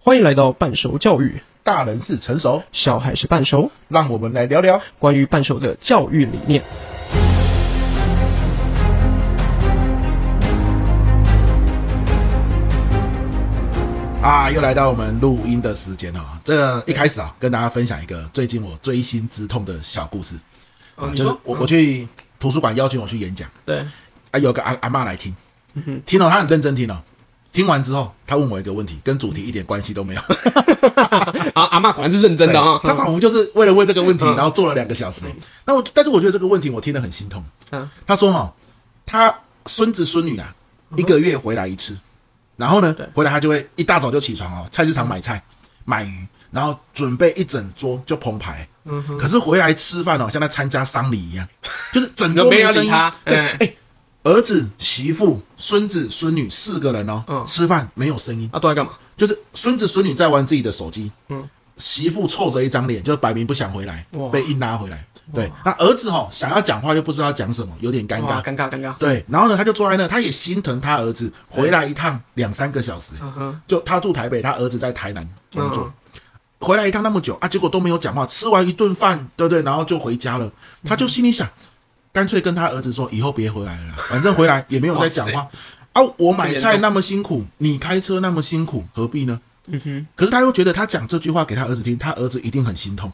欢迎来到半熟教育，大人是成熟，小孩是半熟，让我们来聊聊。关于半熟的教育理念。啊，又来到我们录音的时间了、哦。这一开始啊，跟大家分享一个最近我追星之痛的小故事。啊，哦你就是说嗯我我去图书馆邀请我去演讲，对，啊，有个阿阿嬷来听，听了她很认真听了、哦听完之后，她问我一个问题，跟主题一点关系都没有。啊，阿妈果然是认真的啊。嗯她仿佛就是为了问这个问题，然后做了两个小时。那我但是我觉得这个问题我听得很心痛。嗯她说哈、哦，她孙子孙女啊，一个月回来一次，然后呢嗯对，回来她就会一大早就起床哦，菜市场买菜、买鱼，然后准备一整桌就澎湃。嗯哼，可是回来吃饭哦，像在参加丧礼一样，就是整桌没没有声理音他。对，哎哎、儿子、媳妇、孙子、孙女四个人哦，嗯吃饭没有声音，啊，都在干嘛？就是孙子孙女在玩自己的手机，嗯，媳妇臭着一张脸，就摆明不想回来哇，被硬拉回来。对，那儿子哈、哦、想要讲话又不知道讲什么，有点尴哇，尬。尴尬，尴尬。对，然后呢，他就坐在那，他也心疼他儿子回来一趟两三个小时，嗯哼，就他住台北，他儿子在台南工作，嗯回来一趟那么久啊，结果都没有讲话，吃完一顿饭，对不对？然后就回家了，他就心里想，干脆跟他儿子说，以后别回来了 啦，反正回来也没有再讲话啊。我买菜那么辛苦，你开车那么辛苦，何必呢？嗯哼，可是他又觉得他讲这句话给他儿子听，他儿子一定很心痛，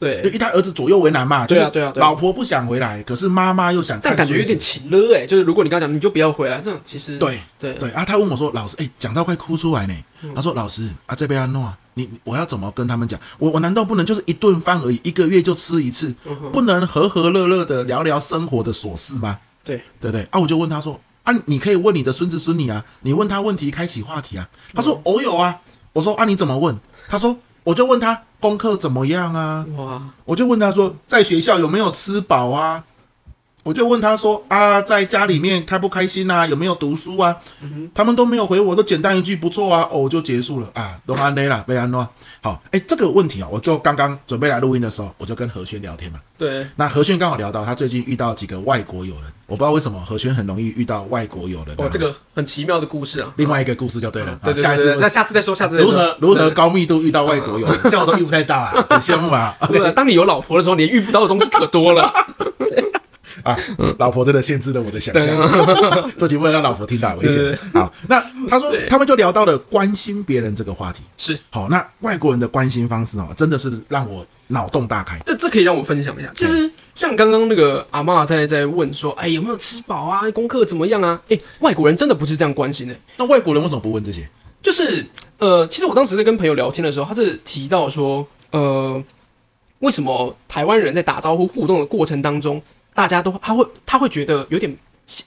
对就，一他儿子左右为难嘛。对啊就是对啊对啊老婆不想回来，可是妈妈又想这样看感觉有孙子点情了哎。就是如果你刚刚讲，你就不要回来，这样其实对对对啊，他问我说：“老师，哎、讲到快哭出来呢。”他说：“老师啊，这边要弄啊，你你我要怎么跟他们讲？我我难道不能就是一顿饭而已，一个月就吃一次，不能和和乐乐的聊聊生活的琐事吗？对，对不对？”啊，我就问他说：“啊，你可以问你的孙子孙女啊，你问他问题，开启话题啊。”他说：“哦有啊。”我说：“啊，你怎么问？”他说：“我就问他功课怎么样啊，哇，我就问他说，在学校有没有吃饱啊？我就问他说啊，在家里面开不开心啊？有没有读书啊？他们都没有回我，都简单一句不错啊，哦就结束了啊，都安内啦，被安诺。好，哎，这个问题啊，我就刚刚准备来录音的时候，我就跟何轩聊天嘛。对，那何轩刚好聊到他最近遇到几个外国友人，我不知道为什么何轩很容易遇到外国友人、啊。哇，哦这个很奇妙的故事啊。另外一个故事就对了，对啊对下对一对，次那下次再说，下次再如说何如何。高密度遇到外国友人，这样我都遇不太到啊，很羡慕啊。对对，当你有老婆的时候，你遇不到的东西可多 了。啊，嗯老婆真的限制了我的想象。 这集不能让老婆听到，危对对险。好，那他说对他们就聊到了关心别人这个话题。是，好，那外国人的关心方式哦，真的是让我脑洞大开。这这可以让我分享一下，就是像刚刚那个阿嬷在在问说，哎，有没有吃饱啊？功课怎么样啊？哎，外国人真的不是这样关心的、那外国人为什么不问这些？就是呃，其实我当时在跟朋友聊天的时候，他是提到说，呃，为什么台湾人在打招呼互动的过程当中，大家都他会他会觉得有点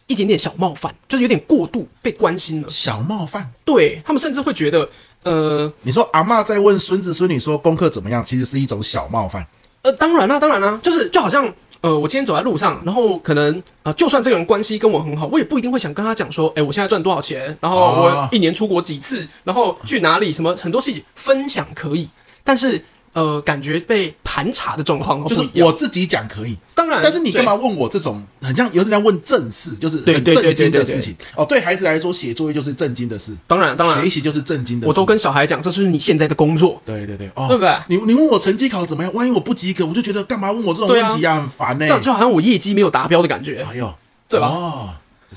一点点小冒犯，就是有点过度被关心了，小冒犯。对他们甚至会觉得，呃，你说阿嬷在问孙子孙女说功课怎么样，其实是一种小冒犯。呃，当然啦、当然啦、就是就好像呃，我今天走在路上，然后可能啊、呃就算这个人关系跟我很好，我也不一定会想跟他讲说，哎、我现在赚多少钱，然后我哦一年出国几次，然后去哪里，什么很多事情分享可以，但是呃，感觉被盘查的状况就哦不是一样。嗯我自己讲可以，当然，但是你对干嘛？问我这种很像有点像问正事，就是对很对对正经对的对事情哦。对孩子来说，写作业就是正经的事，当然，当然学，习就是正经的事。我都跟小孩讲，这是你现在的工作，对对对，哦，对不对你你问我成绩考怎么样？万一我不及格，我就觉得干嘛问我这种问题啊，很烦呢、这样就好像我业绩没有达标的感觉。哎呦，对吧哦，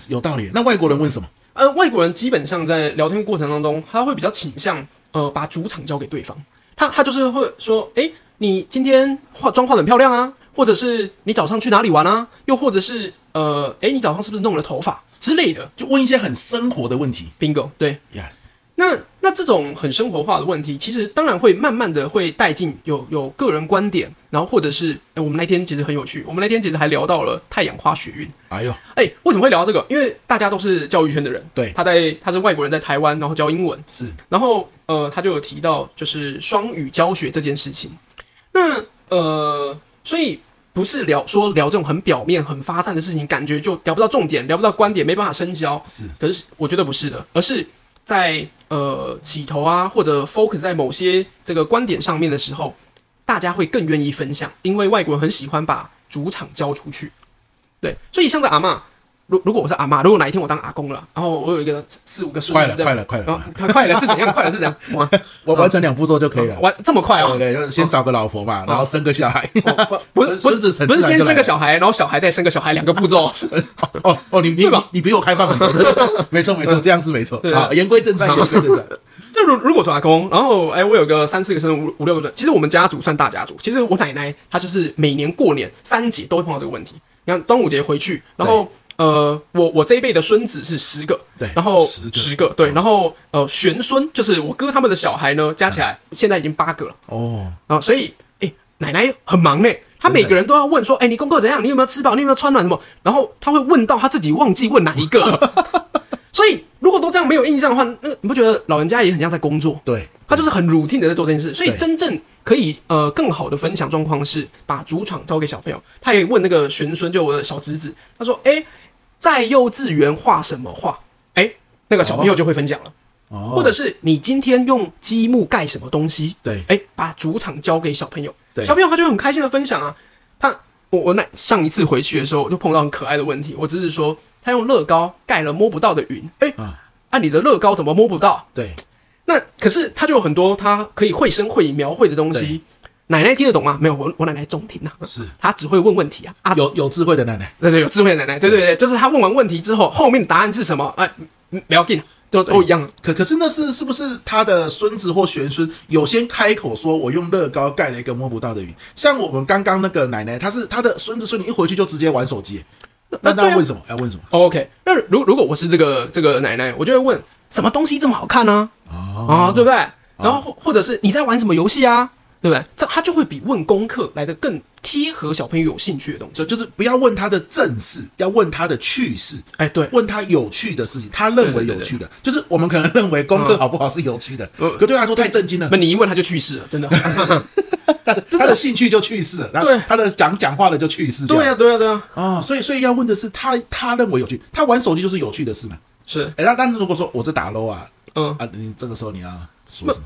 有道理。那外国人问什么？呃，外国人基本上在聊天过程当中，他会比较倾向呃把主场交给对方，他他就是会说，诶，你今天化妆化的很漂亮啊，或者是你早上去哪里玩啊，又或者是呃，诶，你早上是不是弄了头发之类的就问一些很生活的问题。 ？bingo，对， Yes，那那这种很生活化的问题，其实当然会慢慢的会带进有有个人观点，然后或者是、诶我们那天其实很有趣，我们那天其实还聊到了太阳花学运。哎呦，哎、为什么会聊到这个？因为大家都是教育圈的人，对他在他是外国人，在台湾，然后教英文，是然后呃，他就有提到就是双语教学这件事情。那呃，所以不是聊说聊这种很表面、很发散的事情，感觉就聊不到重点，聊不到观点，没办法深交。是，可是我觉得不是的，而是在呃起头啊，或者 focus 在某些这个观点上面的时候，大家会更愿意分享，因为外国人很喜欢把主场交出去。对，所以像在阿嬷，如如果我是阿妈，如果哪一天我当阿公了，然后我有一个四四五个孙快子了，这快样，了，快然了，后哦快快了是怎样？快了是怎样？哇，我完成两步骤就可以了。哇，这么快对哦！对，就是先找个老婆嘛，然后生个小孩。哦不不不孙子成不是自然先就来生了个小孩，然后小孩再生个小孩，两个步 骤。 哦哦，你你对你吧你比我开放 很多，没错没错，这样是没错。对啊好，言归正传，言归正 传。就如如果说阿公，然后哎，我有个三四个生五五六个，其实我们家族算大家族。其实我奶奶她就是每年过年三节都会碰到这个问题。你看端午节回去，然后呃，我我这一辈的孙子是十个，对然后十个嗯个，对，然后呃玄孙就是我哥他们的小孩呢，加起来嗯现在已经八个了。哦，啊，所以哎、奶奶很忙呢、她每个人都要问说，哎、你功课怎样？你有没有吃饱？你有没有穿暖什么？然后她会问到她自己忘记问哪一个了。 所以如果都这样没有印象的话，那个你不觉得老人家也很像在工作？对，他就是很 routine 的在做这件事，所以对真正可以呃更好的分享状况是把主场交给小朋友。他也问那个玄孙，就我的小侄子，他说：“哎、在幼稚园画什么画？”哎、那个小朋友就会分享了。哦，或者是你今天用积木盖什么东西？对哎、把主场交给小朋友，对小朋友他就很开心的分享啊。他我我那上一次回去的时候，我就碰到很可爱的问题，我只是说他用乐高盖了摸不到的云，哎、啊啊你的乐高怎么摸不到？对那可是他就有很多他可以绘声绘影描绘的东西，奶奶听得懂吗？没有，我我奶奶重听啊，是她只会问问题啊啊，有有智慧的奶奶。对对，有智慧的奶奶，对对对，就是她问完问题之后，后面的答案是什么？哎、嗯不要紧，都都一样啊。可可是那是是不是他的孙子或玄孙有先开口说，我用乐高盖了一个摸不到的云？像我们刚刚那个奶奶，她是她的孙子孙女一回去就直接玩手机，那对啊那问什么？要问什么？ OK，那如如果我是这个这个奶奶，我就会问什么东西这么好看呢、啊？哦，对不对？然后或或者是你在玩什么游戏啊？对不对？这他就会比问功课来的更贴合小朋友有兴趣的东西。就就是不要问他的正事，要问他的趣事。哎，对，问他有趣的事情，他认为有趣的，就是我们可能认为功课好不好是有趣的，嗯可对他来说太震惊了那。你一问他就去世了，真 的。 他的兴趣就去世了，对他他的讲讲话的就去世掉。对啊呀、对呀、对呀、哦，所以所以要问的是他他认为有趣，他玩手机就是有趣的事嘛。是，哎，那但是如果说我这打 low 啊，嗯，啊，你这个时候你要说什么？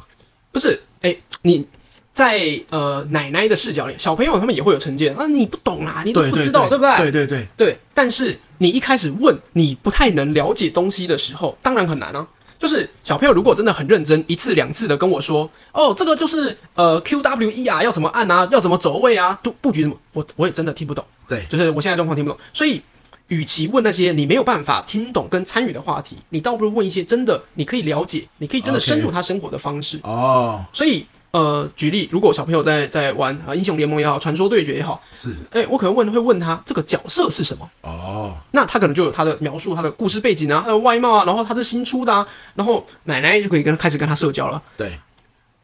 不是，哎，你在呃奶奶的视角里，小朋友他们也会有成见啊，你不懂啊，你都对不对知道，对不对？对对对，对，但是你一开始问你不太能了解东西的时候，当然很难啊。就是小朋友如果真的很认真，一次两次的跟我说，哦，这个就是呃 Q W E 啊，要怎么按啊，要怎么走位啊，布布局怎么，我我也真的听不懂，对就是我现在状况听不懂。所以，与其问那些你没有办法听懂跟参与的话题，你倒不如问一些真的你可以了解，你可以真的 OK 深入他生活的方式。哦，所以，呃，举例，如果小朋友在在玩啊英雄联盟也好，传说对决也好，是哎、我可能问会问他这个角色是什么。哦，那他可能就有他的描述、他的故事背景啊、他的外貌啊，然后他是新出的啊，然后奶奶就可以跟开始跟他社交了。对，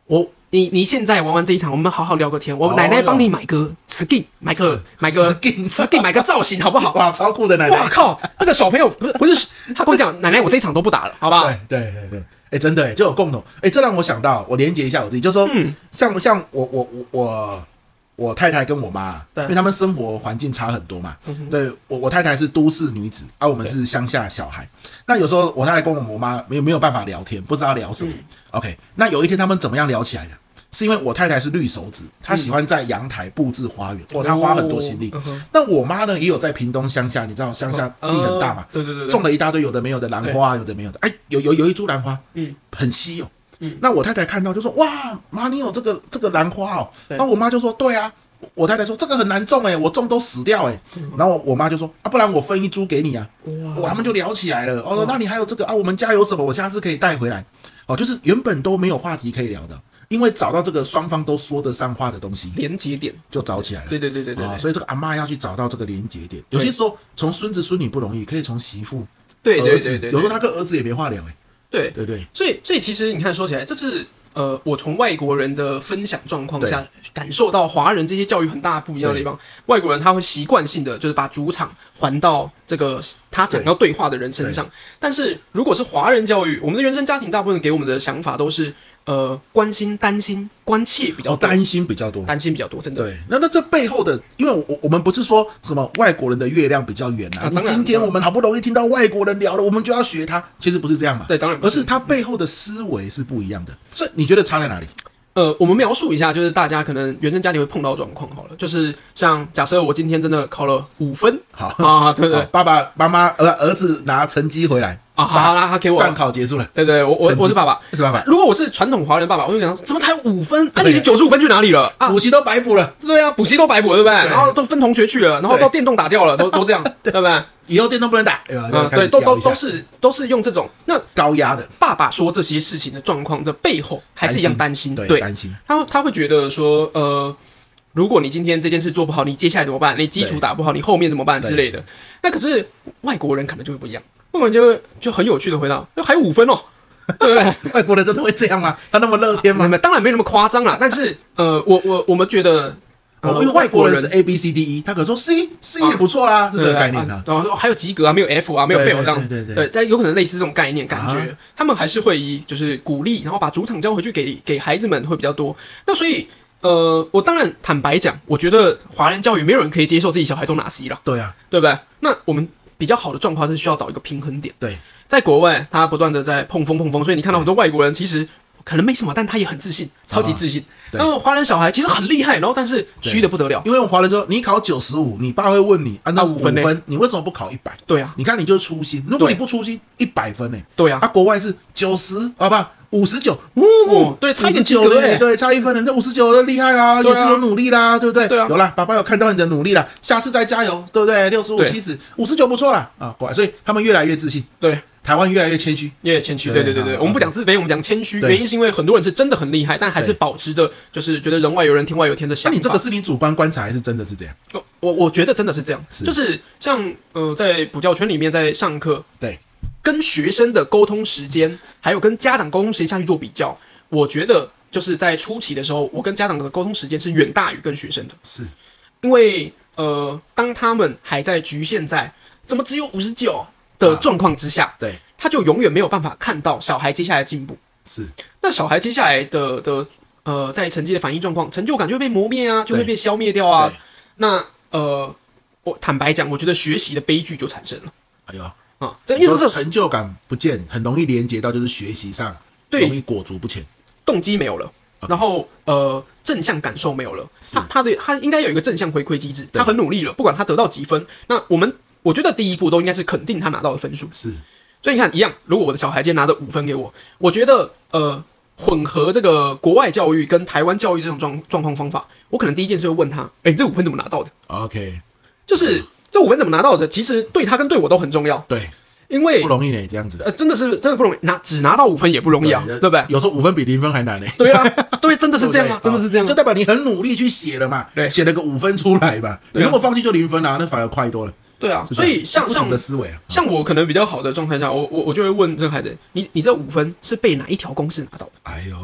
我你你现在玩完这一场，我们好好聊个天。我哦奶奶帮你买个 skin，买个是买个 skin skin，买个造型好不好？ 哇，超酷的奶哇奶，靠！那个小朋友不是不是，他跟我讲，奶奶我这一场都不打了，好不好？对对对对。哎，真的哎，就有共同哎，这让我想到，我连接一下我自己，就说，嗯像像我我我我我太太跟我妈，对嗯因为他们生活环境差很多嘛，对我我太太是都市女子，啊，我们是乡下小孩，那有时候我太太跟我妈没有没有办法聊天，不知道聊什嗯么，OK，那有一天他们怎么样聊起来的？是因为我太太是绿手指，她喜欢在阳台布置花园，哦，她花很多心力嗯哦嗯哼。那我妈呢，也有在屏东乡下，你知道乡下地很大嘛哦，对对对对种了一大堆有的没有的兰花，有的没有的。哎，有有有一株兰花，嗯，很稀有。嗯，那我太太看到就说：“哇，妈，你有这个这个兰花哦。”对那我妈就说：“对啊。”我我太太说：“这个很难种哎、我种都死掉哎、嗯然后我妈就说：“啊，不然我分一株给你啊。”哇，他们就聊起来了。嗯哦，那你还有这个啊？我们家有什么？我下次可以带回来。哦，就是原本都没有话题可以聊的，因为找到这个双方都说得上话的东西，连接点，哦就找起来了。对对对对对啊、所以这个阿妈要去找到这个连结点。有些时候从孙子孙女不容易，可以从媳妇、对儿对子对，对有时对候他跟儿子也没话聊、欸，对。对不对？所以，所以其实你看，说起来，这是呃，我从外国人的分享状况下感受到华人这些教育很大不一样的地方。外国人他会习惯性的就是把主场还到这个他想要对话的人身上，但是如果是华人教育，我们的原生家庭大部分给我们的想法都是呃关心、担心、关切比较哦，多，担心比较多。担心比较多，真的。对，那那这背后的，因为我我我们不是说什么外国人的月亮比较圆啊，啊当然今天我们好不容易听到外国人聊了，我们就要学他，其实不是这样嘛。对当然不而是是他背后的思维是不一样的。所以你觉得差在哪里？呃，我们描述一下，就是大家可能原生家庭会碰到的状况好了，就是像假设我今天真的考了五分好， 啊，对不对好爸爸妈妈儿儿子拿成绩回来，啊，好啦，他给我，段考结束了，对对，我我成绩我是爸爸。是爸爸，如果我是传统华人爸爸，我就想怎么才五分？哎那、你的九十五分去哪里了啊？补习都白补了，对啊，补习都白补了，对不对？然后都分同学去了，然后对都电动打掉了，都都 这样，对不对？以后电动不能打，对吧？嗯，就开对，始都都屌一下都是都是用这种。那高压的，爸爸说这些事情的状况的背后，还是一样担心，对，担心，他他会觉得说，呃，如果你今天这件事做不好，你接下来怎么办？你基础对打不好，你后面怎么办对之类的。那可是外国人可能就会不一样，外国人就会就很有趣的回答，那还有五分哦，对不对？外国人真的会这样吗？他那么乐天没有吗？没有当然没那么夸张 啦，但是呃，我我我们觉得，呃哦，因为外国人是 A B C D E，他可能说 C C 也不错啦，是这对个啊概念啊啊。。然后说还有及格啊，没有 F 啊，没有对 fail 这样。对对对对，但有可能类似这种概念，感觉啊他们还是会以就是鼓励，然后把主场交回去给给孩子们会比较多。那所以呃，我当然坦白讲，我觉得华人教育没有人可以接受自己小孩都拿 C 了，对啊，对不对？那我们比较好的状况是需要找一个平衡点。对，在国外，他不断的在碰风碰风，所以你看到很多外国人其实可能没什么，但他也很自信，超级自信。对然后华人小孩其实很厉害，然后但是虚的不得了。因为我华人说你考九十五，你爸会问你，按照啊五五分呢分，你为什么不考一百？对啊，你看你就是粗心，如果对你不粗心，一百分呢？对啊啊，，国外是九十，好吧，五十九，哦，对，差一点及九格了哎欸，对，差一分了，那五十九的厉害啦，对也啊是有努力啦，对不对？对啊有啦，爸爸有看到你的努力啦，下次再加油，对不对？六十五、对七十、五十九不错啦，啊，果然，所以他们越来越自信，对。台湾越来越谦虚，也谦虚，对对对对对，好我们不讲自卑，我们讲谦虚。对原因是因为很多人是真的很厉害，但还是保持着就是觉得人外有人，天外有天的那想法。你这个是你主观观察还是真的是这样？哦，我我觉得真的是这样，是就是像呃，在补教圈里面，在上课，对，跟学生的沟通时间，还有跟家长沟通时间下去做比较，我觉得就是在初期的时候，我跟家长的沟通时间是远大于跟学生的，是因为呃，当他们还在局限在怎么只有五十九的啊状况之下，对，他就永远没有办法看到小孩接下来的进步。是，那小孩接下来的的呃，在成绩的反应状况，成就感就会被磨灭啊，就会被消灭掉啊对。那呃，我坦白讲，我觉得学习的悲剧就产生了哎呦，啊。这因为你这说是成就感不见，很容易连接到就是学习上，对容易裹足不前，动机没有了，然后呃，正向感受没有了。他他的他应该有一个正向回馈机制，他很努力了，不管他得到几分，那我们我觉得第一步都应该是肯定他拿到的分数。是所以你看，一样，如果我的小孩今天拿的五分给我，我觉得呃，混合这个国外教育跟台湾教育这种状状况方法，我可能第一件事会问他，哎、你这五分怎么拿到的？ OK，就是这五分怎么拿到的，其实对他跟对我都很重要，对，因为不容易呢，这样子的，呃，真的是真的不容易，拿只拿到五分也不容易啊，对不对？ 有时候五分比零分还难呢。对啊，对，真的是对不这对样啊，真的是这样就啊。代表你很努力去写了嘛，对写了个五分出来吧。对啊你如果放弃就零分啦、那反而快多了。对啊，是所以像不同像的思维啊，像我可能比较好的状态下，我我我就会问这个孩子，你你这五分是被哪一条公式拿到的？哎呦，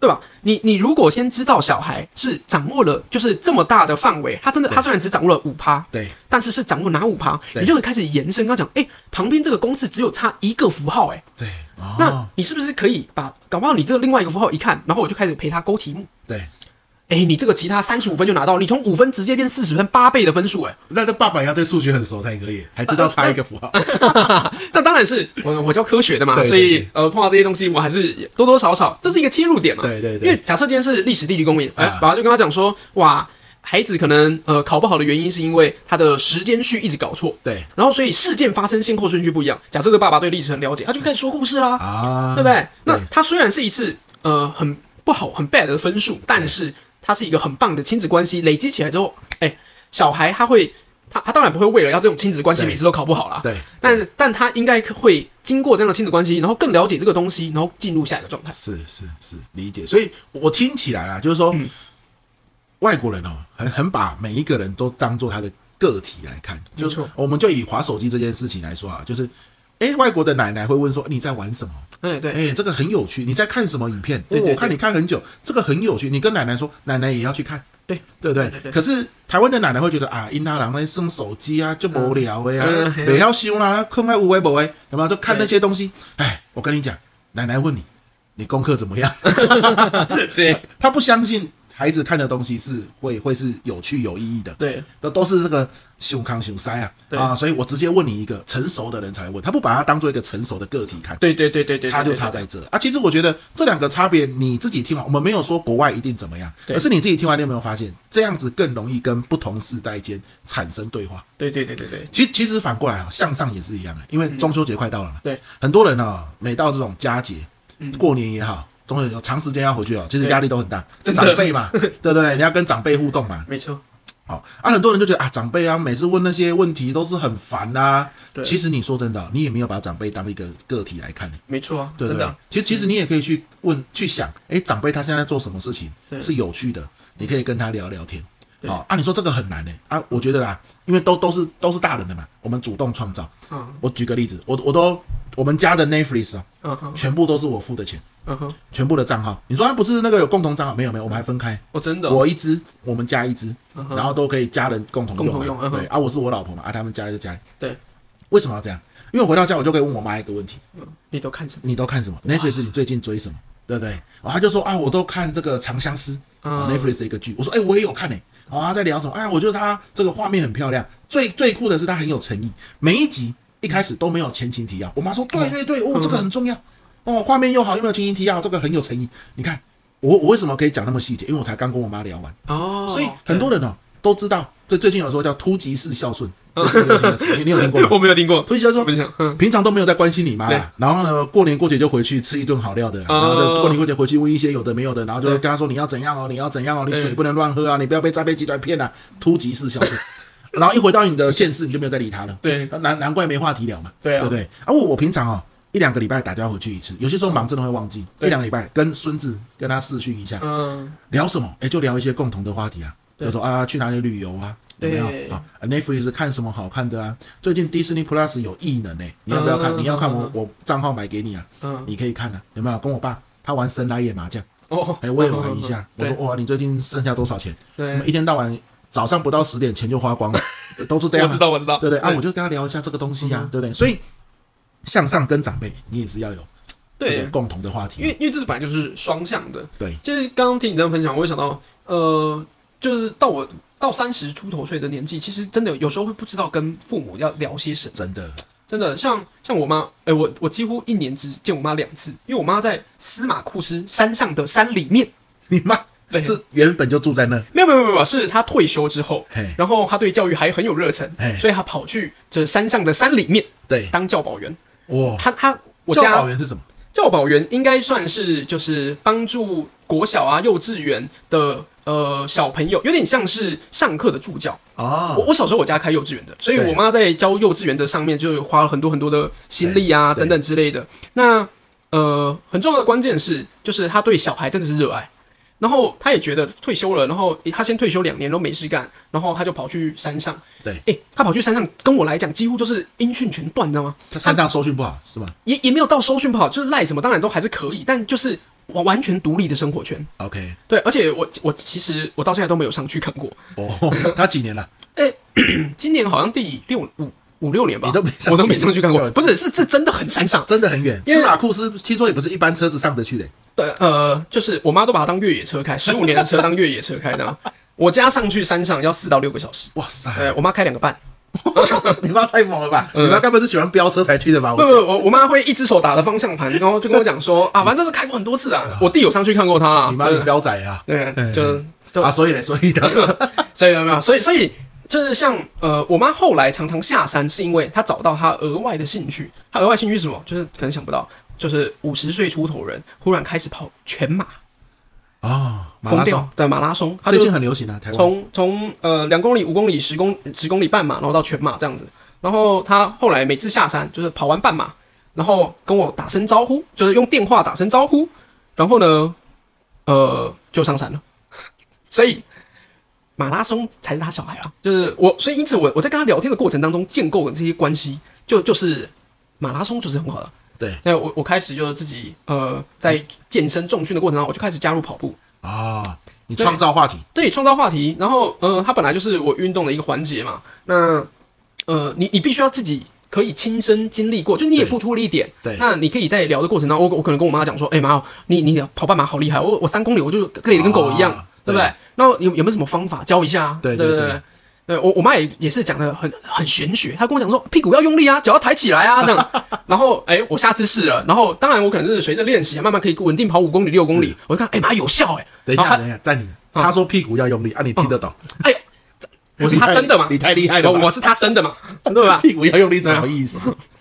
对吧？你你如果先知道小孩是掌握了就是这么大的范围，他真的他虽然只掌握了五趴，对但是是掌握哪五趴，对你就会开始延伸，刚讲，哎、旁边这个公式只有差一个符号、诶哎，对哦，那你是不是可以把搞不好你这个另外一个符号一看，然后我就开始陪他勾题目，对，哎、你这个其他三十五分就拿到，你从五分直接变四十分，八倍的分数、诶哎。那这爸爸要对数学很熟才可以，还知道差一个符号。呃那当然是我我教科学的嘛，对对所以对呃碰到这些东西，我还是多多少少这是一个切入点嘛。对对对因为假设今天是历史地理公民，哎、啊爸爸就跟他讲说，哇，孩子可能呃考不好的原因是因为他的时间序一直搞错，对然后所以事件发生先后顺序不一样。假设这个爸爸对历史很了解，他就开始说故事啦，啊，对不对？那对他虽然是一次呃很不好、很 bad 的分数，但是他是一个很棒的亲子关系，累积起来之后，哎，小孩他会。他他当然不会为了要这种亲子关系对每次都考不好啦，对，但但他应该会经过这样的亲子关系，然后更了解这个东西，然后进入下一个状态。是是是，理解。所以我听起来啦，就是说，嗯外国人哦，很很把每一个人都当做他的个体来看。就没错我们就以划手机这件事情来说啊，就是，哎，外国的奶奶会问说你在玩什么？哎， 对，哎、这个很有趣。你在看什么影片？对对哦我看对你看很久，这个很有趣。你跟奶奶说，奶奶也要去看，对对不对？对对可是台湾的奶奶会觉得啊，因他郎在生手机啊，就无聊的呀、嗯啊，嗯没要修啦，困在无为不为，有没有？就看对那些东西。哎，我 跟你讲，奶奶问你，你功课怎么样？对，他不相信孩子看的东西是会会是有趣有意义的，对，都都是这个胸康胸塞啊对啊，所以我直接问你一个成熟的人才问，他不把它当做一个成熟的个体看，对对对对对，差就差在这啊。其实我觉得这两个差别你自己听完，我们没有说国外一定怎么样，对而是你自己听完，你有没有发现这样子更容易跟不同世代间产生对话？对，对对对对对，其实其实反过来啊，向上也是一样的，因为中秋节快到了嘛。嗯对，很多人啊，每到这种佳节嗯，过年也好，中秋节长时间要回去哦，其实对压力都很大。真的长 辈嘛，对不对？你要跟长辈互动嘛。没错，好、啊，很多人就觉得啊，长辈啊，每次问那些问题都是很烦呐、对其实你说真的哦，你也没有把长辈当一个个体来看，没错啊，对不真对的啊，？其实其实你也可以去问去想，诶，长辈他现在做什么事情对是有趣的，你可以跟他聊聊天。对哦，啊，你说这个很难呢、啊，我觉得啦，因为都都是都是大人的嘛，我们主动创造。嗯我举个例子，我我都我们家的 Netflix 啊，嗯哼全部都是我付的钱，嗯哼，全部的账号。你说他啊不是那个有共同账号？没有没有，我们还分开，我真的哦，我一支，我们家一支，嗯哼然后都可以家人共同用嘛。共同用嗯哼对啊，我是我老婆嘛，啊，他们家就家里。对，为什么要这样？因为我回到家，我就可以问我妈一个问题：嗯你都看什么？你都看什么？Netflix 你最近追什么？对不对？然后他就说啊，我都看这个《长相思》啊嗯，Netflix 的一个剧。我说哎、我也有看呢、然后他在聊什么？哎，我觉得他这个画面很漂亮，最最酷的是他很有诚意，每一集一开始都没有前情提要。我妈嗯说对对对，哦，这个很重要哦，画面又好，又没有前情提要，这个很有诚意。你看我我为什么可以讲那么细节？因为我才刚跟我妈聊完。哦，所以很多人哦都知道，这最近有说叫突击式孝顺，这是一个流行的词，你你有听过对 吗？哦我没有听过，突击孝顺分享， 嗯，平常都没有在关心你妈对啦，然后呢，过年过节就回去吃一顿好料的，然后就哦过年过节回去问一些有的没有的，然后就对跟她说你要怎样哦，你要怎样哦，你对水不能乱喝啊，你不要被诈骗集团骗啊，突击式孝 顺。然后一回到你的县市，你就没有再理他了，对难难怪没话题聊嘛，对啊对不对？啊，我我平常哦。一两个礼拜打电话回去一次，有些时候忙真的会忘记。一嗯对两个礼拜跟孙子跟他视讯一下，嗯，聊什么？哎、就聊一些共同的话题啊，就说啊，去哪里旅游啊，有没有对啊啊？Netflix 看什么好看的啊？最近 Disney Plus 有异能呢、你要不要看？嗯你要看我嗯我账号买给你啊，嗯，你可以看啊，有没有？跟我爸他玩神来也麻将，哦，哎、我也玩一下。我 对说哇，你最近剩下多少钱？我哦对们，一天到晚早上不到十点钱就花光了， 都是这样我啊知道我嗯知道，对不对啊？我就跟他聊一下这个东西啊，对不对？所以向上跟长辈，你也是要有这对个，共同的话题因啊，为因为这本来就是双向的，对，就是刚刚听你这样分享，我会想到，呃，就是到我到三十出头岁的年纪，其实真的有时候会不知道跟父母要聊些什么，真的真的像像我妈，哎、我我几乎一年只见我妈两次，因为我妈在司马库斯山上的山里面，你妈对，是原本就住在那，没有没有没有没有，是她退休之后。嘿，然后她对教育还很有热忱哎，所以她跑去这山上的山里面对，当教保员。哇。她她我教家保员是什么？教保员应该算是就是帮助国小啊、幼稚园的呃小朋友，有点像是上课的助教。我哦，我小时候我家开幼稚园的，所以对我妈在教幼稚园的上面就花了很多很多的心力啊对对等等之类的。那呃，很重要的关键是，就是她对小孩真的是热爱。然后她也觉得退休了，然后诶她先退休两年都没事干，然后她就跑去山上。对诶，她跑去山上，跟我来讲几乎就是音讯全断，你知道吗？他山上收讯不好是吧也也没有到收讯不好，就是赖什么当然都还是可以，但就是完完全独立的生活圈。 ？OK，对，而且我我其实我到现在都没有上去看过，哦， 他几年了？今年好像第六五五六年吧，你都没上去我都没上去看过对，不是是这真的很山上，真的很远，因为司马库斯听说也不是一般车子上得去的。对呃，就是我妈都把它当越野车开，十五年的车当越野车开 的。我家上去山上要四到六个小时，哇塞，呃，我妈开两个半， 你妈太猛了吧？嗯你妈该不是喜欢飙车才去的吧？不我不，我我妈会一只手打着方向盘，然后就跟我讲说啊，反正是开过很多次啦，我弟有上去看过他啦，啊你妈是飙仔啊！对，对就就啊，所以呢，所以 的，所以有没有？所以所以就是像呃，我妈后来常常下山，是因为她找到她额外的兴趣。她额外兴趣是什么？就是可能想不到，就是五十岁出头人忽然开始跑全马，哦，马疯拉掉松对马拉松，她最就近很流行啊，台湾。从从呃两公里、五公里、十公十公里半马，然后到全马这样子。然后她后来每次下山就是跑完半马，然后跟我打声招呼，就是用电话打声招呼，然后呢，呃，就上山了。 所以马拉松才是他小孩啊，就是我，所以因此我我在跟他聊天的过程当中建构的这些关系，就就是马拉松就是很好的。对，那我我开始就是自己呃在健身重训的过程当中，我就开始加入跑步，哦，你创造话题，对，创造话题。然后，呃，它本来就是我运动的一个环节嘛。那，呃，你你必须要自己可以亲身经历过，就你也对付出了一点。对那你可以在聊的过程当中，我我可能跟我妈讲说，哎、妈，你你跑半马好厉害，我我三公里我就累得跟狗一样。啊对不对？那有有没有什么方法教一下啊？对对对对。对我我妈也也是讲的很很玄学，她跟我讲说屁股要用力啊，脚要抬起来啊这样。 然后哎、我下次试了，然后当然我可能是随着练习，慢慢可以稳定跑五公里六公里，我就看哎妈、有效哎、等一然后嗯她下，等一下，暂停。他说屁股要用力啊，你听得懂？哎呦，这我是他生的嘛？你太厉害了吧我我是他生的嘛？对啊吧？屁股要用力是什么意思？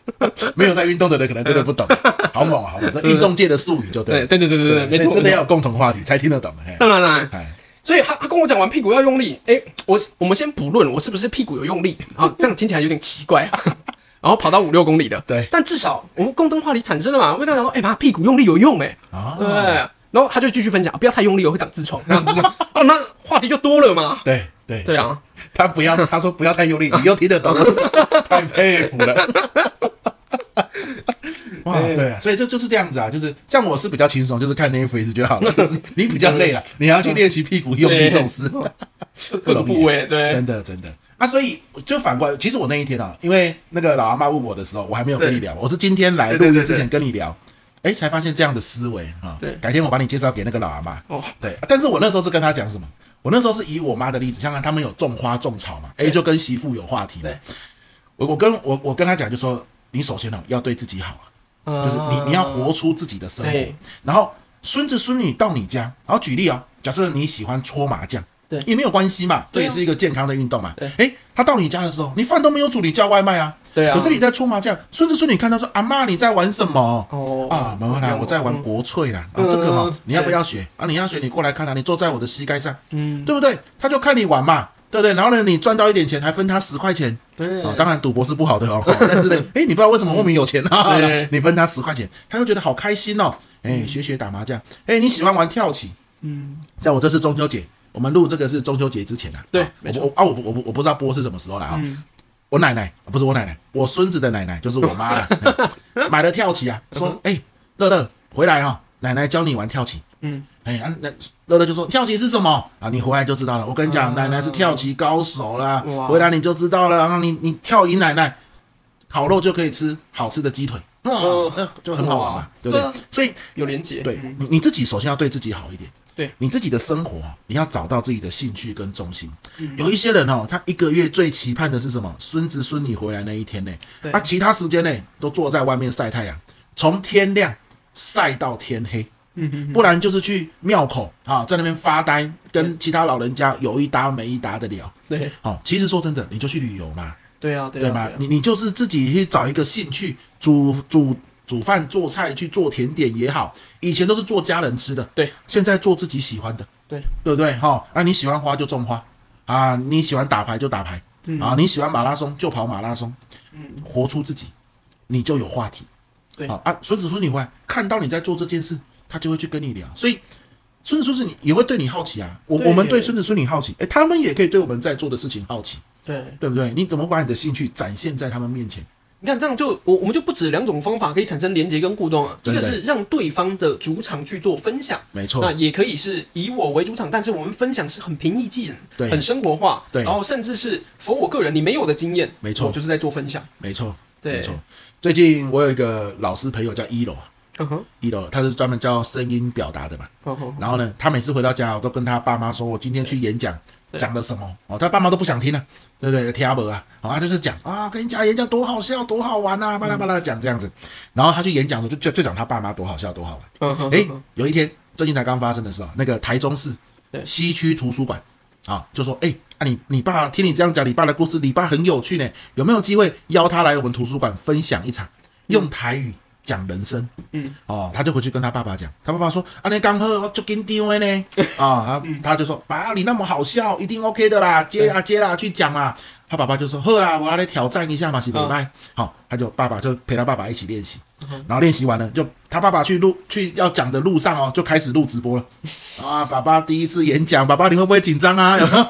没有在运动的人可能真的 不懂，好猛啊！好猛，这运动界的术语就对对了。对对对对对，没所以错，真没的错要有共同话题才听得懂。嘿 当然啦。哎，所以他他跟我讲完屁股要用力，哎、我我们先不论我是不是屁股有用力啊，这样听起来有点奇怪、 啊。然后跑到五六公里的，对但至少我们共同话题产生了嘛。我跟他讲说，哎、妈，屁股用力有用哎、啊对不对。然后他就继续分享，不要太用力哦，会长痔疮。那那哦，那话题就多了嘛。对对，对啊，他不要，他说不要太用力，你又听得懂， 太佩服了。哇，对啊，所以这就是这样子啊，就是像我是比较轻松，就是看 Netflix 就好了。 你你比较累了，你还要去练习屁股用力这种事，各个部位对真的真的。啊，所以就反过来，其实我那一天啊，因为那个老阿妈问我的时候，我还没有跟你聊，我是今天来录对对音对之前跟你聊，哎，才发现这样的思维啊对。改天我把你介绍给那个老阿妈。哦，对，但是我那时候是跟他讲什么？我那时候是以我妈的例子，像他们有种花种草嘛，哎，就跟媳妇有话题嘛对。我我跟我我跟他讲，就说你首先呢哦要对自己好啊，就是你你啊要活出自己的生活呃对。然后孙子孙女到你家，然后举例哦，假设你喜欢搓麻将，对也没有关系嘛，这对啊也是一个健康的运动嘛对。诶，他到你家的时候，你饭都没有煮，你叫外卖啊。对啊可是你在搓麻将，孙子孙女看到说：“阿妈你在玩什么？”哦啊，没有啦，我在玩国粹啦。啊，这个嘛嗯，你要不对要学啊？你要学，你过来看啊，你坐在我的膝盖上，嗯，对不对？他就看你玩嘛，对不对？然后呢，你赚到一点钱，还分他十块钱，对啊、当然赌博是不好的哦， 但是呢， 哎、你不知道为什么莫名有钱啊嗯对对对，你分他十块钱，他就觉得好开心哦。哎、学学打麻将，哎、你喜欢玩跳棋，嗯，像我这次中秋节，我们录这个是中秋节之前啊，对啊没我错我啊，我不我不我不知道播是什么时候了啊、嗯我奶奶不是我奶奶，我孙子的奶奶就是我妈 了，哎买了跳棋啊，嗯说哎，乐、乐回来哈、奶奶教你玩跳棋。嗯，哎、啊那乐乐就说跳棋是什么啊？你回来就知道了。我跟你啊讲，奶奶是跳棋高手啦哇，回来你就知道了。然后你你跳赢奶奶，烤肉就可以吃好吃的鸡腿，哇、哦那就很好玩嘛哇，对不对？对啊所以有连结，对你你自己首先要对自己好一点。对你自己的生活，你要找到自己的兴趣跟重心。嗯有一些人哦，他一个月最期盼的是什么？孙子孙女回来那一天呢？对啊，其他时间呢都坐在外面晒太阳，从天亮晒到天黑。嗯不然就是去庙口啊，在那边发呆，跟其他老人家有一搭没一搭的聊。对好、哦其实说真的，你就去旅游嘛，对啊，对对啊，吗啊？你你就是自己去找一个兴趣，煮煮煮饭、做菜、去做甜点也好，以前都是做家人吃的，对，现在做自己喜欢的，对对不对？哈、啊，你喜欢花就种花，啊，你喜欢打牌就打牌，嗯啊，你喜欢马拉松就跑马拉松，嗯，活出自己，你就有话题。对好啊，孙子孙女会看到你在做这件事，他就会去跟你聊，所以。孙子孙女也会对你好奇啊，我对我们对孙子孙女好奇，诶，他们也可以对我们在做的事情好奇，对。对不对？你怎么把你的兴趣展现在他们面前？你看，这样就我我们就不止两种方法可以产生连接跟互动啊，一真的哦个是让对方的主场去做分享，没那错，也可以是以我为主场，但是我们分享是很平易近人，对很生活化，对然后甚至是 for 我个人你没有的经验，没错我就是在做分享，没错，对没错。最近我有一个老师朋友叫一楼，嗯哼，嗯一楼他是专门教声音表达的嘛。好好，然后呢，他每次回到家，我都跟他爸妈说，我今天去演讲对讲了什么哦，他爸妈都不想听了、对不对？听不啊，哦，他就是讲啊，跟你讲演讲多好笑，多好玩啊，巴拉巴拉讲这样子。然后他去演讲的时候，就就就讲他爸妈多好笑，多好玩。嗯哼，诶，嗯哼有一天最近才刚发生的时候，那个台中市对西区图书馆啊，就说，诶，啊你你爸听你这样讲，你爸的故事，你爸很有趣呢，有没有机会邀他来我们图书馆分享一场，用台语讲人生？嗯，哦，他就回去跟他爸爸讲，他爸爸说，啊你刚喝就紧张的呢，啊，他他就说，爸你那么好笑，一定 OK 的啦，接啦接啊啦，去讲啦。他爸爸就说：“呵啦，我要来挑战一下嘛，是北拜。好，他就爸爸就陪他爸爸一起练习，然后练习完了，就他爸爸去录去要讲的路上哦，就开始录直播了。啊，爸爸第一次演讲，爸爸你会不会紧 张啊？有没有？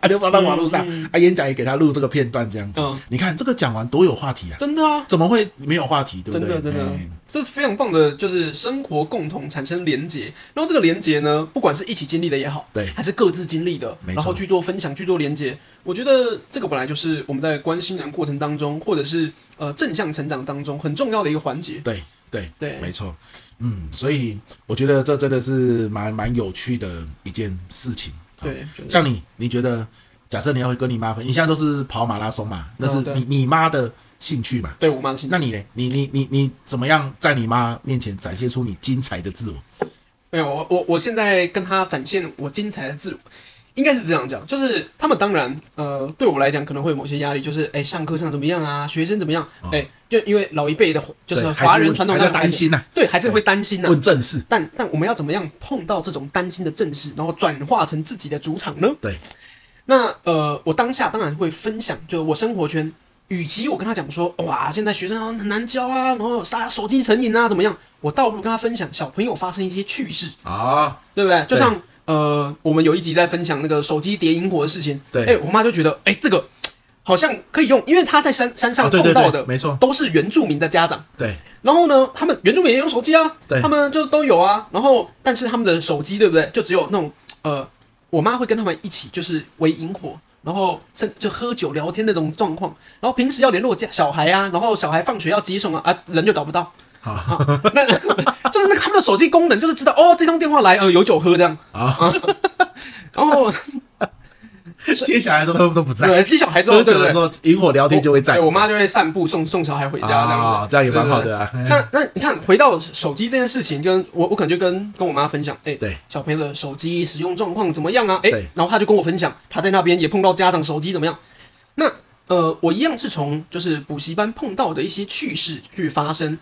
他就放到网络上，啊，演讲也给他录这个片段这样子嗯。你看这个讲完多有话题啊！真的啊，怎么会没有话题？对不真对？的真的哎，这是非常棒的，就是生活共同产生连结，然后这个连结呢，不管是一起经历的也好，对还是各自经历的，没错然后去做分享，去做连接，我觉得这个本来就是我们在关心人过程当中，或者是呃正向成长当中很重要的一个环节。对对对没错。嗯，所以我觉得这真的是蛮蛮有趣的一件事情。对，真的像你，你觉得假设你要跟你妈分，你现在都是跑马拉松嘛，那是哦对你你妈的兴趣嘛？对我妈的心那你呢？你你你你怎么样在你妈面前展现出你精彩的自我？没有，我我我现在跟他展现我精彩的自我，应该是这样讲，就是他们当然呃对我来讲可能会有某些压力，就是哎上课上怎么样啊，学生怎么样，哎、就因为老一辈的就是哦对还华人会传统还在上的孩担子，心呐、对还是会担心呐、啊问正事。但但我们要怎么样碰到这种担心的正事，然后转化成自己的主场呢？对，那呃，我当下当然会分享，就我生活圈。与其我跟他讲说，哇，现在学生啊很难教啊，然后大家手机成瘾啊，怎么样？我倒不如跟他分享小朋友发生一些趣事，啊，对不对？就像呃，我们有一集在分享那个手机叠萤火的事情，对哎、我妈就觉得，哎、这个好像可以用，因为她在山山上啊对碰对到对的，没错都是原住民的家长。对然后呢，他们原住民也用手机啊，对他们就都有啊。然后，但是他们的手机，对不对？就只有那种呃，我妈会跟他们一起就是围萤火，然后甚就喝酒聊天那种状况。然后平时要联络家小孩啊，然后小孩放学要接送啊，啊人就找不到。好啊，那 就是那个他们的手机功能，就是知道哦，这通电话来，呃，有酒喝这样。啊，然后接下 来都都都不在，对接小孩之后，喝对酒不对的时？候萤火聊天就会在。对我妈就会散步送送小孩回家这样啊子，，这样也蛮好对对对的啊。那那你看，回到手机这件事情，跟我我可能就跟跟我妈分享，哎、对，小朋友的手机使用状况怎么样啊？哎、对然后她就跟我分享，她在那边也碰到家长手机怎么样。那呃，我一样是从就是补习班碰到的一些趣事去发生，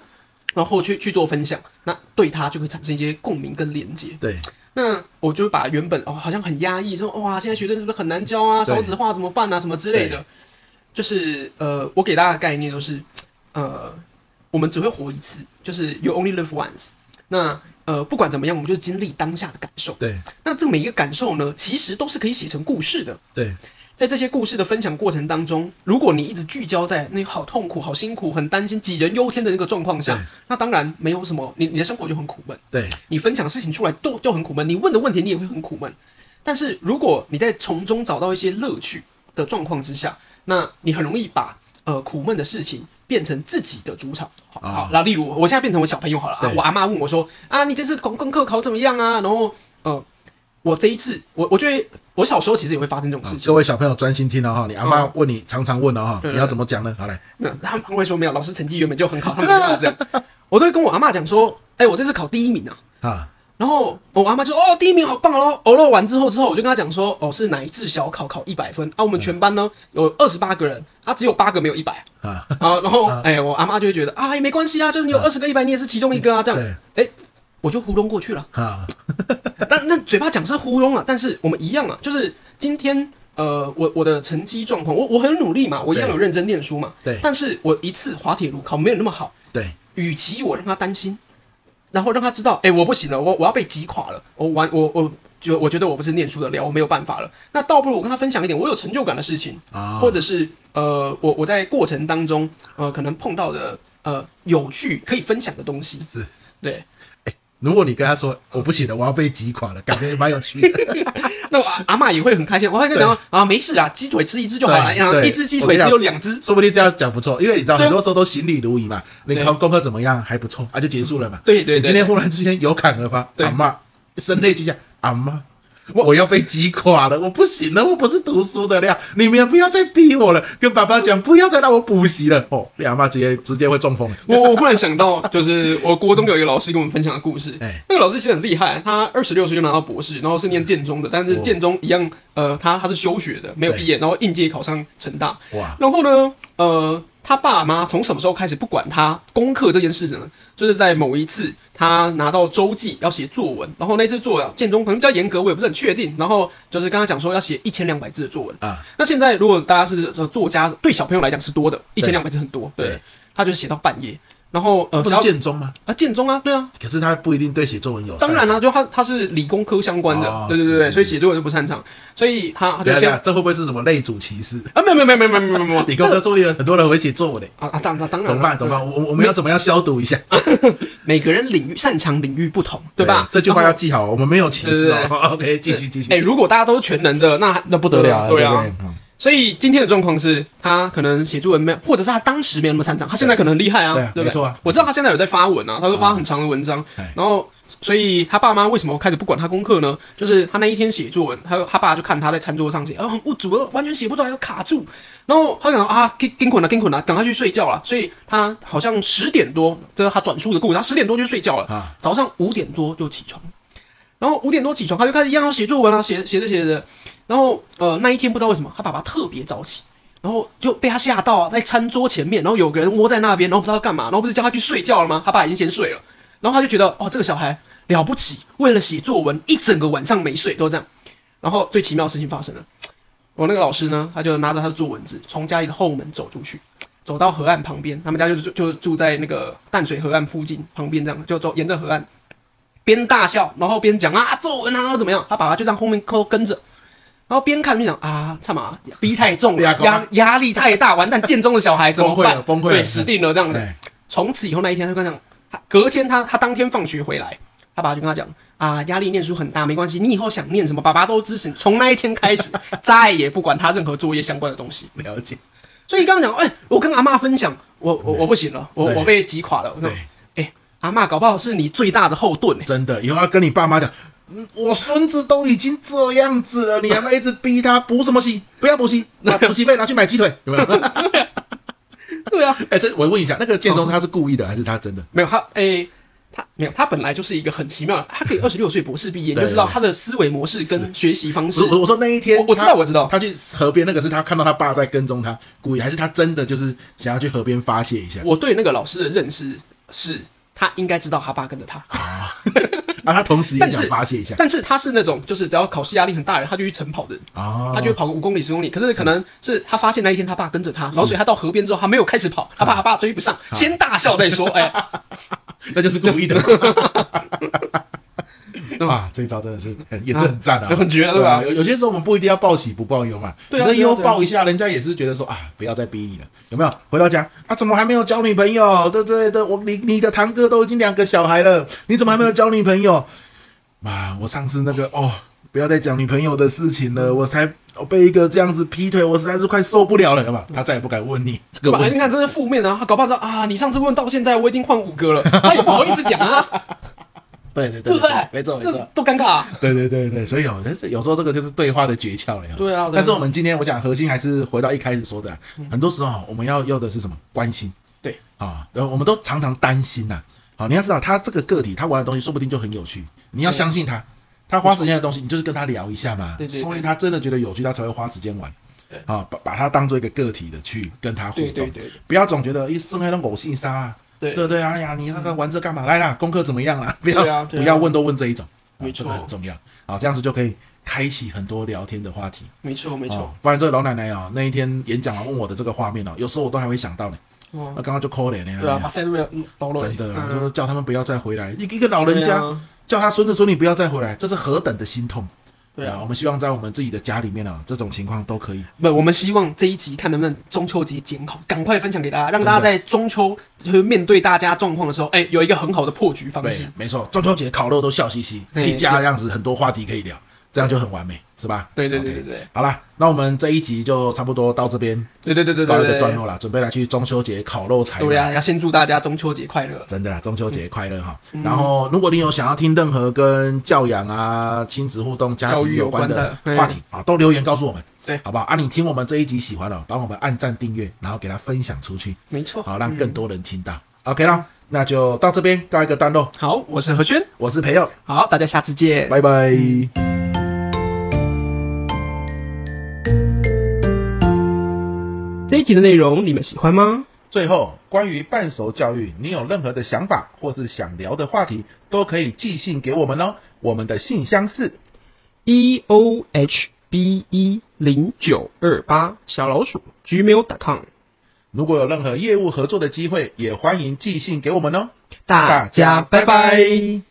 然后去去做分享，那对她就会产生一些共鸣跟连接。对那我就把原本哦好像很压抑，说哇现在学生是不是很难教啊，对少子化怎么办啊，什么之类的，就是呃我给大家的概念都是，呃我们只会活一次，就是 you only live once 那。呃不管怎么样，我们就经历当下的感受。对那这每一个感受呢，其实都是可以写成故事的。对在这些故事的分享过程当中，如果你一直聚焦在那好痛苦、好辛苦、很担心、杞人忧天的那个状况下对，那当然没有什么，你你的生活就很苦闷。对你分享事情出来都就很苦闷，你问的问题你也会很苦闷。但是如果你在从中找到一些乐趣的状况之下，那你很容易把呃苦闷的事情变成自己的主场。好，啊好那例如我现在变成我小朋友好了，啊对我阿妈问我说啊，你这次功功课考怎么样啊？然后呃，我这一次我我觉得我小时候其实也会发生这种事啊情，各位小朋友专心听了哈，你阿妈问你，常常问了哦哈，哦对对你要怎么讲呢？好来，那他们会说没有，老师成绩原本就很好，他们没办法这样。 我都会跟我阿妈讲说，哎、我这次考第一名啊。啊，然后我阿妈就说哦，第一名好棒哦！欧露完之后，之后我就跟她讲说，哦，是哪一次小考考一百分啊？我们全班呢有二十八个人，啊，只有八个没有一百啊啊。然后哎、我阿妈就会觉得啊，也没关系啊，就是你有二十个一百，你也是其中一个啊，这样，哎、我就糊弄过去了。啊，但那嘴巴讲是糊弄了，但是我们一样啊，就是今天呃，我我的成绩状况，我我很努力嘛，我一样有认真念书嘛，对但是我一次滑铁卢考没有那么好，对与其我让他担心，然后让他知道，哎、我不行了，我我要被击垮了，我完我我觉我觉得我不是念书的料，我没有办法了。那倒不如我跟他分享一点我有成就感的事情，啊，或者是呃，我我在过程当中呃可能碰到的呃有趣可以分享的东西。是对，如果你跟他说我不行了，我要被击垮了，感觉也蛮有趣的。那我阿阿妈也会很开心，我会跟他讲说啊，没事啊，鸡腿吃一只就好了，对然后对一只鸡我跟腿你只讲有两只。说不定这样讲不错，因为你知道对啊很多时候都行礼如仪嘛。你对嗯考功课怎么样？还不错啊，就结束了嘛。对对你对今天忽然之间有感而发，对阿妈声泪俱下，阿妈。我我要被击垮了，我不行了，我不是读书的料，你们也不要再逼我了。跟爸爸讲，不要再让我补习了。哦，你阿妈直接直接会中风。我我忽然想到，就是我国中有一个老师跟我们分享的故事哎。那个老师其实很厉害，他二十六岁就拿到博士，然后是念建中的，但是建中一样，呃，他他是休学的，没有毕业，然后应届考上成大。哇，然后呢，呃，他爸妈从什么时候开始不管他功课这件事情呢？就是在某一次他拿到周记要写作文，然后那次作文啊建中可能比较严格，我也不是很确定。然后就是跟他讲说要写一千两百字的作文啊。那现在如果大家是呃作家，对小朋友来讲是多的，一千两百字很多。对对，他就写到半夜，然后呃，不想是要建哦中吗？啊建中啊，对啊，可是他不一定对写作文有。当然啦、，就他他是理工科相关的哦，对对是对对，是所以写作文就不擅长，所以他他对就啊，对先啊这会不会是什么类主歧视？啊，没有没有没有没有没有没有 没有理工科说不定有很多人会写作文的，啊啊，当当当然怎么办？了怎么办？我我们要怎么样消毒一下？每个人领域擅长领域不同，对吧？这句话然要后记好，我们没有歧视哦。OK，继续继续 哎，。如果大家都是全能的，那那不得了了哎对对不啊对嗯。所以今天的状况是他可能写作文没有，或者是他当时没有那么擅长，他现在可能很厉害啊，对对啊不对？没错啊嗯我知道他现在有在发文啊，他都发很长的文章，哎然后所以他爸妈为什么开始不管他功课呢？就是他那一天写作文，他他爸就看他在餐桌上写，啊、很不足，完全写不出来，要卡住，然后他想啊，跟跟捆了，跟捆了，赶快去睡觉啊了。所以他好像十点多，这是他转述的故事，他十点多就睡觉了，啊早上五点多就起床，然后五点多起床，他就开始一样要写作文啊，写写着写着，然后呃那一天不知道为什么他爸爸特别早起，然后就被他吓到啊，在餐桌前面，然后有个人窝在那边，然后不知道干嘛，然后不是叫他去睡觉了吗？他爸已经先睡了，然后他就觉得哦这个小孩了不起，为了写作文一整个晚上没睡都这样，然后最奇妙的事情发生了。我那个老师呢，他就拿着他的作文纸，从家里的后门走出去，走到河岸旁边。他们家就住就住在那个淡水河岸附近旁边，这样就走沿着河岸，边大笑，然后边讲啊作文啊怎么样？他爸爸就在后面跟跟着，然后边看边想啊，他妈逼太重了压，高压压力太大，完蛋，建中的小孩怎么崩溃办了？崩溃了对，死定了这样子。哎，从此以后那一天，他就跟他讲，他隔天他他当天放学回来，他爸就跟他讲啊，压力念书很大，没关系，你以后想念什么，爸爸都支持你。从那一天开始，再也不管他任何作业相关的东西。了解，所以刚刚讲，哎、我跟阿嬷分享，我我我不行了，我对我被击垮了。我说，对哎、阿嬷搞不好是你最大的后盾、欸。真的，以后要跟你爸妈讲，嗯我孙子都已经这样子了，你还会一直逼他补什么习？ 不要补习，把补习费拿去买鸡腿，有没 有？对啊，哎，这我问一下，那个建中哦他是故意的还是他真的？没有他，哎、他没有，他本来就是一个很奇妙的，他可以二十六岁博士毕业，你就对知道他的思维模式跟学习方式不。是我我说那一天我我知道他我知道他去河边那个是他看到他爸在跟踪他，故意还是他真的就是想要去河边发泄一下？我对那个老师的认识是，他应该知道他爸跟着他。啊，他同时也但想是发泄一下但是他是那种，就是只要考试压力很大的人，他就去晨跑的人，啊，他就会跑个五公里、十公里。可是可能是他发现那一天他爸跟着他，嗯然后所以他到河边之后，他没有开始啊跑，他怕他爸追不上，先大笑再 说。哎，那就是故意 的。啊，这一招真的是很也是很赞啊，啊很绝啊对对吧有有些时候我们不一定要报喜不报忧嘛，对啊对你啊那忧对啊报一下，人家也是觉得说啊，不要再逼你了，有没有？回到家啊，怎么还没有交女朋友？对对对，我你你的堂哥都已经两个小孩了，你怎么还没有交女朋友？啊，我上次那个哦，不要再讲女朋友的事嗯情了，我才我被一个这样子劈腿，我实在是快受不了了，有没有？他再也不敢问你这个本来问你题。看真是负面啊，他搞不好知道啊，你上次问到现在我已经换五 个了，他也不好意思讲啊，对对对对不对对？没错没这错。多尴尬啊！对对对对，所以有这有时候这个就是对话的诀窍了呀。对啊对啊嗯但是我们今天我想核心还是回到一开始说的啊，很多时候我们要要的是什么？关心。对啊，然后我们都常常担心呐、好，你要知道他这个个体他玩的东西说不定就很有趣，你要相信他，他花时间的东西你就是跟他聊一下嘛，对对对说不定他真的觉得有趣，他才会花时间玩对。啊，把把他当做一个个体的去跟他互动，对对对对不要总觉得一哎生还能狗性杀啊， 对嗯对对，哎呀，你那个玩这干嘛？来啦，功课怎么样啦？不要、对啊对啊不要问都问这一种，啊没错这个很重要。好，这样子就可以开启很多聊天的话题。没错没哦错，，不然这个老奶奶哦，那一天演讲啊问我的这个画面哦，有时候我都还会想到呢。哇那刚刚就抠脸嗯对啊，把呢，塞都没有嗯捞了，哦哎真的啊，嗯就说叫他们不要再回来。一个一个老人对家啊叫他孙子孙女不要再回来，这是何等的心痛。对啊啊，我们希望在我们自己的家里面啊，这种情况都可以不，我们希望这一集看能不能中秋节剪好，赶快分享给大家，让大家在中秋就是面对大家状况的时候，哎、有一个很好的破局方对式。，没错，中秋节烤肉都笑嘻嘻，啊对一家这样子很多话题可以聊，这样就很完美，是吧？对对 OK 对对对好啦，那我们这一集就差不多到这边对对对对对到一个对段对，落啦，准备来去中秋节烤肉采买对哎呀、要先祝大家中秋节快乐。真的啦，中秋节快乐哈！嗯然后，如果你有想要听任何跟教养啊、亲子互动、家教庭育有有关关的的话题啊，都留言告诉我们，对好不好？啊，你听我们这一集喜欢了，帮我们按赞、订阅，然后给它分享出去，没错，好让更多人听到。OK 啦，那就到这边告一个段落。好，我是何轩，我是培佑，好，大家下次见，拜拜。嗯这一集的内容你们喜欢吗？最后，关于半熟教育，你有任何的想法或是想聊的话题，都可以寄信给我们哦。我们的信箱是 e o h b e 零九二八小老鼠 gmail.com，如果有任何业务合作的机会，也欢迎寄信给我们哦。大大家家拜拜拜拜